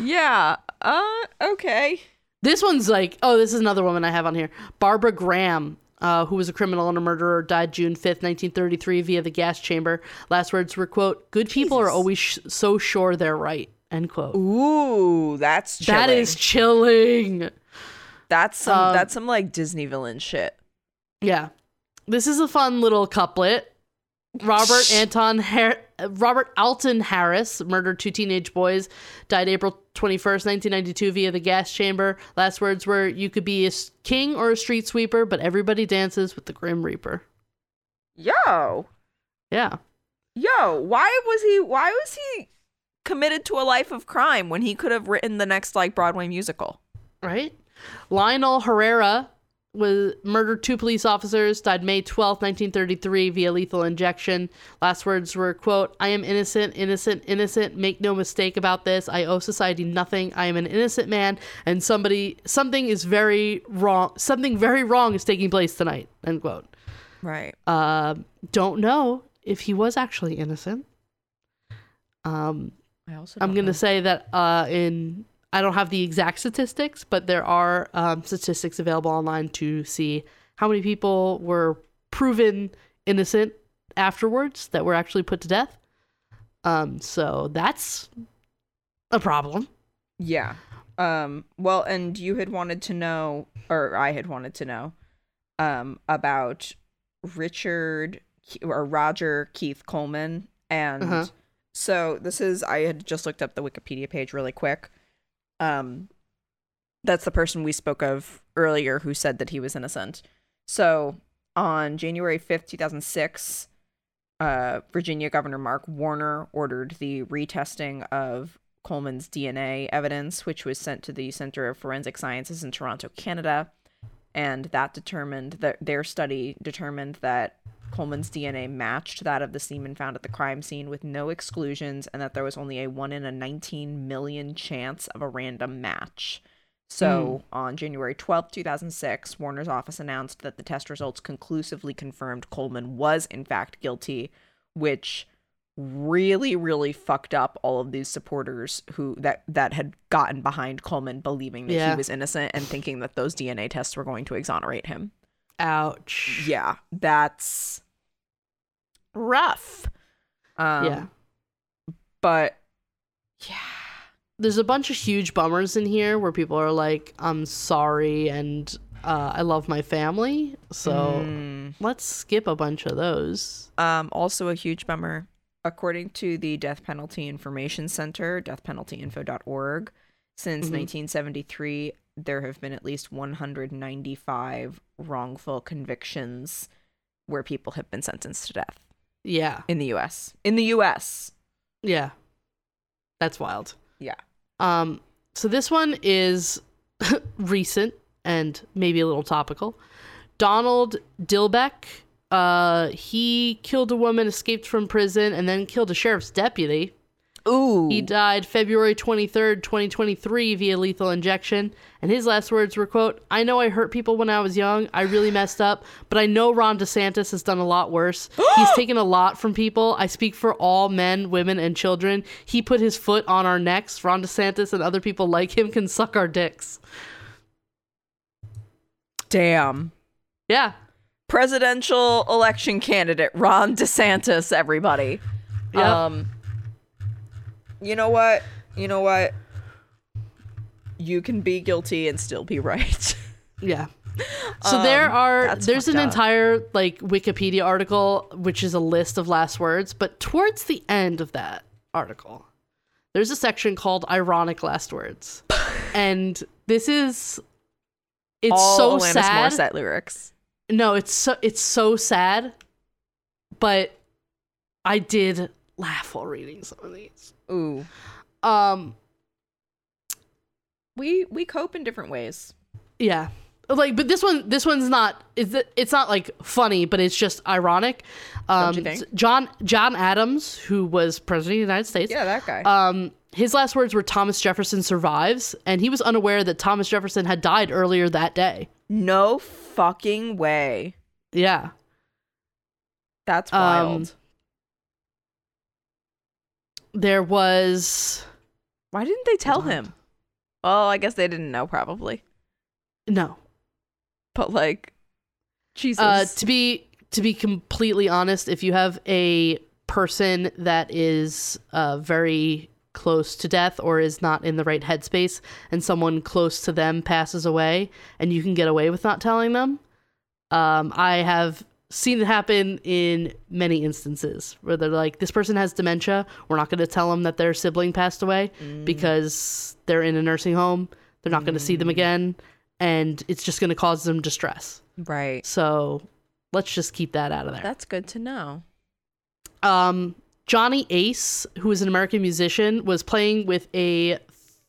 Yeah. Uh okay.
This one's like, oh, this is another woman I have on here. Barbara Graham, uh, who was a criminal and a murderer, died June 5th, 1933, via the gas chamber. Last words were, quote, good people are
Jesus.
always sh- so sure they're right, end quote.
Ooh, that's chilling.
That is chilling.
that's some
um,
that's some like Disney villain shit.
Yeah. This is a fun little couplet. Robert Anton Har- Robert Alton Harris murdered two teenage boys, died April 21st, 1992 via the gas chamber. Last words were you could be a s- king or a street sweeper, but everybody dances with the grim reaper.
Yo.
Yeah.
Yo, why was he why was he committed to a life of crime when he could have written the next like Broadway musical?
Right? Lionel Herrera was murdered two police officers, died May 12th, 1933 via lethal injection. Last words were, quote, I am innocent, innocent, innocent. Make no mistake about this. I owe society nothing. I am an innocent man and somebody something is very wrong. Something very wrong is taking place tonight. End quote.
Right.
Uh, don't know if he was actually innocent. Um,
I also
I'm gonna say that uh, in I don't have the exact statistics, but there are um, statistics available online to see how many people were proven innocent afterwards that were actually put to death. Um, so that's a problem.
Yeah. Um well, and you had wanted to know or I had wanted to know um about Richard Ke- or Roger Keith Coleman and
Uh-huh.
so this is I had just looked up the Wikipedia page really quick. Um that's the person we spoke of earlier who said that he was innocent. So on January 5th, 2006, uh, Virginia Governor Mark Warner ordered the retesting of Coleman's DNA evidence, which was sent to the Center of Forensic Sciences in Toronto, Canada. And that determined that their study determined that Coleman's DNA matched that of the semen found at the crime scene with no exclusions, and that there was only a 1 in a 19 million chance of a random match. So on January 12th, 2006, Warner's office announced that the test results conclusively confirmed Coleman was, in fact, guilty, which really really fucked up all of these supporters who that that had gotten behind Coleman believing that
Yeah.
he was innocent and thinking that those DNA tests were going to exonerate him.
Ouch.
Yeah, that's rough. Um
yeah.
but yeah.
there's a bunch of huge bummers in here where people are like, "I'm sorry," and uh, "I love my family." So
Mm.
let's skip a bunch of those.
Um, also a huge bummer. According to the Death Penalty Information Center, deathpenaltyinfo.org, since
Mhm.
1973, there have been at least 195 wrongful convictions where people have been sentenced to death
Yeah,
in the US. In the US.
yeah, that's wild.
Yeah.
Um, so this one is [laughs] recent and maybe a little topical. Donald Dilbeck, uh, he killed a woman, escaped from prison, and then killed a sheriff's deputy.
Ooh.
He died February 23rd, 2023 via lethal injection, and his last words were quote, "I know I hurt people when I was young. I really messed up, but I know Ron DeSantis has done a lot worse. He's taken a lot from people. I speak for all men, women, and children. He put his foot on our necks. Ron DeSantis and other people like him can suck our dicks."
Damn.
Yeah.
Presidential election candidate Ron DeSantis, everybody.
Yeah.
Um, you know what? You know what? You can be guilty and still be right.
Yeah. So there
Um,
are
that's
there's an
fucked up.
entire like Wikipedia article which is a list of last words, but towards the end of that article, there's a section called ironic
[laughs]
last words. and this is
[laughs]
it's
All
so
Alanis
sad.
Morissette lyrics.
No, it's so it's so sad, but I did laugh while reading some of these.
Ooh,
Um
we we cope in different ways.
Yeah. Like, but this one, this one's not. It's it's not like funny, but it's just ironic. Um,
you think?
John John Adams, who was president of the United States,
that guy.
um, his last words were "Thomas Jefferson survives," and he was unaware that Thomas Jefferson had died earlier that day.
no fucking way.
Yeah,
That's
Um,
wild.
there was
Why didn't they tell
wild.
him? Well, I guess they didn't know probably.
no.
But like, Jesus.
Uh, to be to be completely honest, if you have a person that is uh, very close to death or is not in the right headspace, and someone close to them passes away, and you can get away with not telling them, um, I have seen it happen in many instances where they're like, "This person has dementia. We're not going to tell them that their sibling passed away because they're in a nursing home. They're not going to see them again." And it's just going to cause them distress.
right.
So let's just keep that out of there.
That's good to know.
Um, Johnny Ace, who is an American musician, was playing with a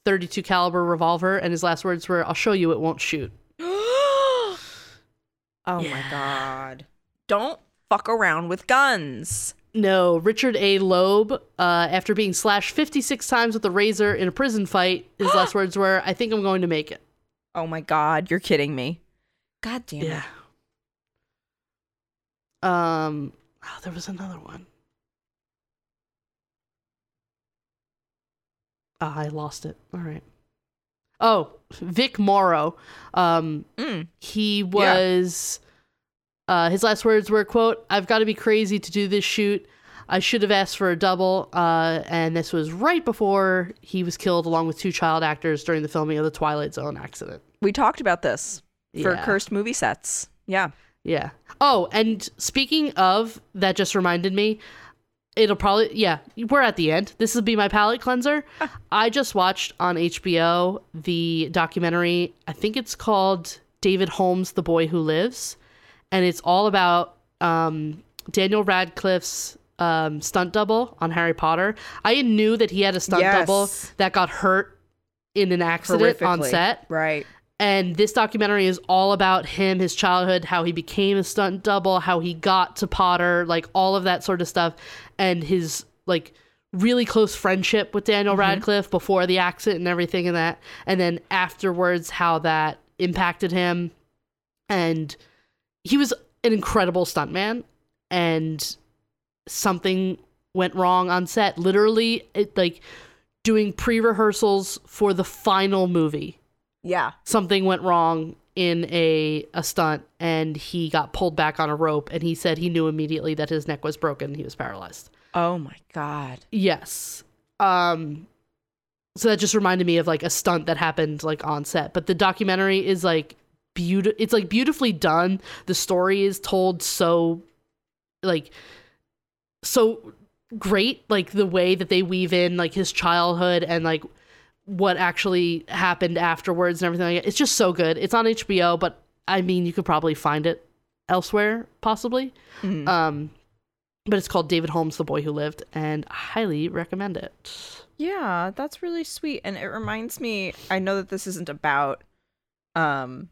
32 caliber revolver, and his last words were, "I'll show you it won't shoot."
[gasps] oh my god. Don't fuck around with guns.
No, Richard A. Loeb, uh, after being slashed 56 times with a razor in a prison fight, his last words were, "I think I'm going to make it."
Oh my god, you're kidding me. God damn it.
Um, oh, there was another one. Ah, I lost it. All right. Oh, Vic Morrow. Um,
Mm.
he
Yeah.
was. Uh, his last words were, "quote I've got to be crazy to do this shoot. I should have asked for a double." Uh, and this was right before he was killed, along with two child actors during the filming of the Twilight Zone accident.
We talked about this for
Yeah.
cursed movie sets. Yeah.
Yeah. Oh, and speaking of, that just reminded me. It'll probably yeah, we're at the end. This will be my
[laughs]
palate cleanser. I just watched on HBO the documentary. I think it's called David Holmes: The Boy Who Lives, and it's all about um, Daniel Radcliffe's um, stunt double on Harry Potter. I knew that he had a stunt double
Yes.
that got hurt in an accident on
Horrifically.
set
Right.
and this documentary is all about him his childhood how he became a stunt double how he got to potter like all of that sort of stuff and his like really close friendship with daniel radcliffe before the accident and everything and that and then afterwards how that impacted him and he was an incredible stuntman and something went wrong on set literally it, like doing pre-rehearsals for the final movie
Yeah.
something went wrong in a a stunt and he got pulled back on a rope and he said he knew immediately that his neck was broken he was paralyzed
Oh my god.
yes um so that just reminded me of like a stunt that happened like on set but the documentary is like beautiful it's like beautifully done the story is told so like so great like the way that they weave in like his childhood and like what actually happened afterwards and everything like that. it's just so good it's on hbo but i mean you could probably find it elsewhere possibly
Mhm.
um but it's called david holmes the boy who lived and I highly recommend it
Yeah, that's really sweet. And it reminds me, I know that this isn't about um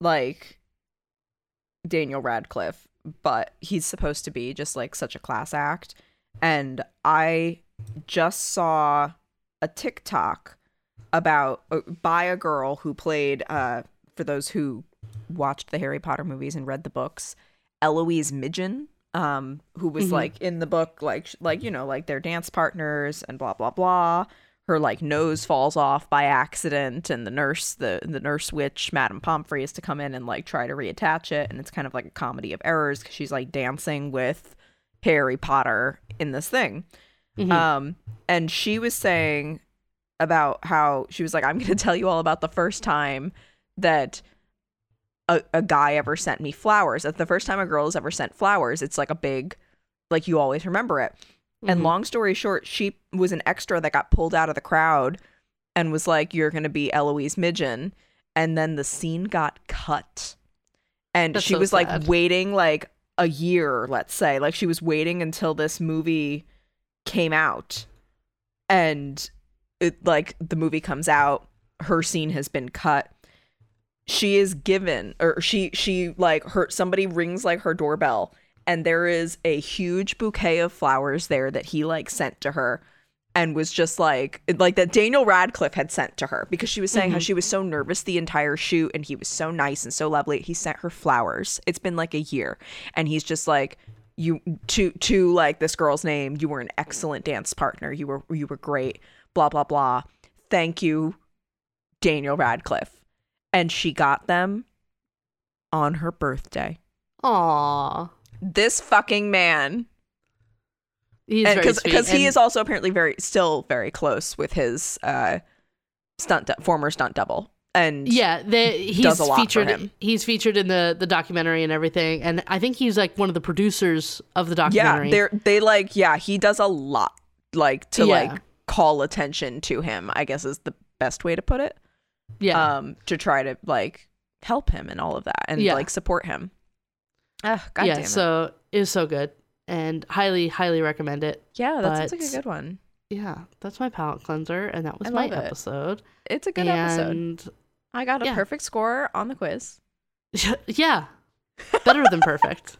like Daniel Radcliffe, but he's supposed to be just like such a class act. And I just saw a TikTok about uh, by a girl who played uh for those who watched the Harry Potter movies and read the books, Eloise Midgen, um, who was
Mhm.
like in the book, like sh- like you know, like their dance partners and blah blah blah. Her like nose falls off by accident, and the nurse, the the nurse witch, Madame Pomfrey, is to come in and like try to reattach it, and it's kind of like a comedy of errors because she's like dancing with Harry Potter in this thing.
Mhm.
Um, and she was saying about how she was like, I'm going to tell you all about the first time that a, a guy ever sent me flowers. That's the first time a girl has ever sent flowers. It's like a big, like you always remember it. And
Mhm.
long story short, she was an extra that got pulled out of the crowd and was like, You're going to be Eloise Midgen. And then the scene got cut. And
That's
she
so
was
sad.
like waiting like a year, let's say. Like she was waiting until this movie came out. And it like the movie comes out, her scene has been cut. She is given or she she like her somebody rings like her doorbell and there is a huge bouquet of flowers there that he like sent to her and was just like like that Daniel Radcliffe had sent to her because she was saying how she was so nervous the entire shoot and he was so nice and so lovely he sent her flowers it's been like a year and he's just like you to to like this girl's name you were an excellent dance partner you were you were great blah blah blah thank you Daniel Radcliffe and she got them on her birthday
Aw.
this fucking man
He's very
because
sweet.
he
and-
is also apparently very still very close with his uh stunt dou- former stunt double and
yeah, the, he's
does a lot for
featured.
him.
He's featured in the the documentary and everything, and I think he's like one of the producers of the
yeah
documentary.
they're they like yeah he does a lot like to
Yeah.
like call attention to him i guess is the best way to put it
yeah,
um to try to like help him and all of that and
Yeah.
like support him Ugh, God
yeah.
damn it.
So it was so good, and highly, highly recommend it.
yeah that sounds
but-
like a good one
Yeah, that's my palate cleanser, and that was
I
my
love it.
episode.
it's a good episode
and [laughs]
i got a
yeah.
perfect score on the quiz
yeah, better than perfect.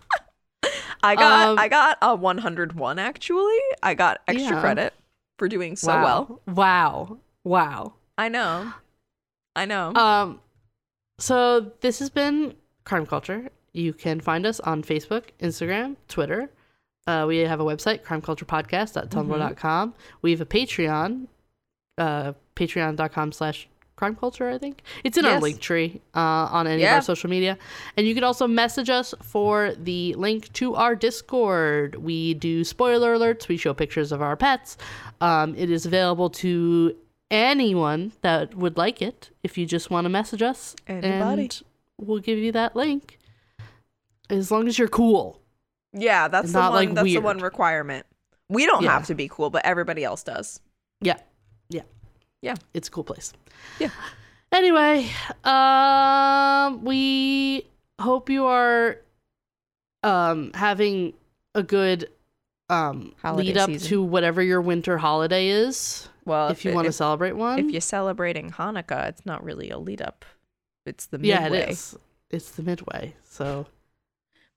I got
Um,
I got a 101 actually. I got extra
Yeah.
credit for doing [laughs] so
wow.
well.
Wow, wow.
I know. I know.
Um, so this has been Crime Culture. You can find us on Facebook, Instagram, Twitter. Uh, we have a website, crimeculturepodcast.tumblr.com. We have a Patreon, uh, patreon.com slash crime culture, I think. It's in our
Yes.
link tree uh, on any of
Yeah.
our social media. And you can also message us for the link to our Discord. We do spoiler alerts, we show pictures of our pets. Um, it is available to anyone that would like it if you just want to message us.
Anybody.
And we'll give you that link. As long as you're cool.
yeah, that's the
not,
one
like,
that's the one
weird.
requirement. We don't
Yeah.
have to be cool, but everybody else does.
Yeah. Yeah.
Yeah.
It's a cool place.
Yeah.
Anyway, um we hope you are um having a good um
Holiday
lead up
season.
to whatever your winter holiday is.
Well,
if you want to
if,
celebrate one.
if you're celebrating Hanukkah, it's not really a lead up. It's the midway.
yeah, it is. It's the midway. So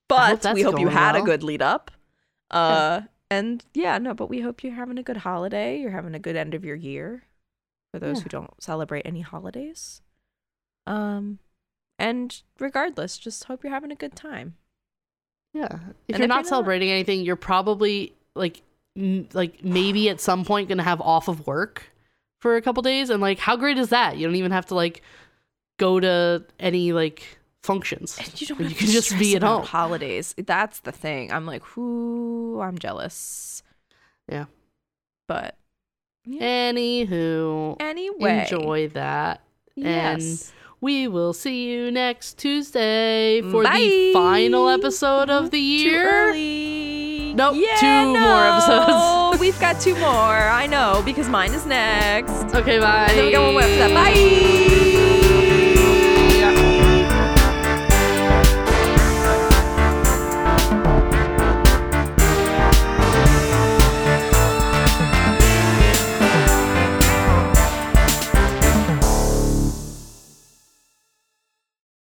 I hope
But
that's
we hope you
going
had a
well.
good lead up. Uh and yeah, no, but we hope you're having a good holiday. You're having a good end of your year for those
Yeah.
who don't celebrate any holidays. Um and regardless, just hope you're having a good time.
Yeah. If
if
you're
you're
not
not-
celebrating anything, you're probably like m- like maybe at some point going to have off of work for a couple days and like how great is that? You don't even have to like go to any like functions.
And you don't
Or
have
you
to
can just
stress
be at
about
home.
Holidays. That's the thing. I'm like, whoo, I'm jealous.
Yeah.
But Yeah.
Anywho,
Anyway.
enjoy that. and-
Yes.
We will see you next Tuesday for
Bye.
the final episode of the year.
Too early.
Nope,
Yeah,
two more episodes. [laughs]
no, We've got two more. I know because mine is next.
Okay, bye.
And then we're going with that. Bye.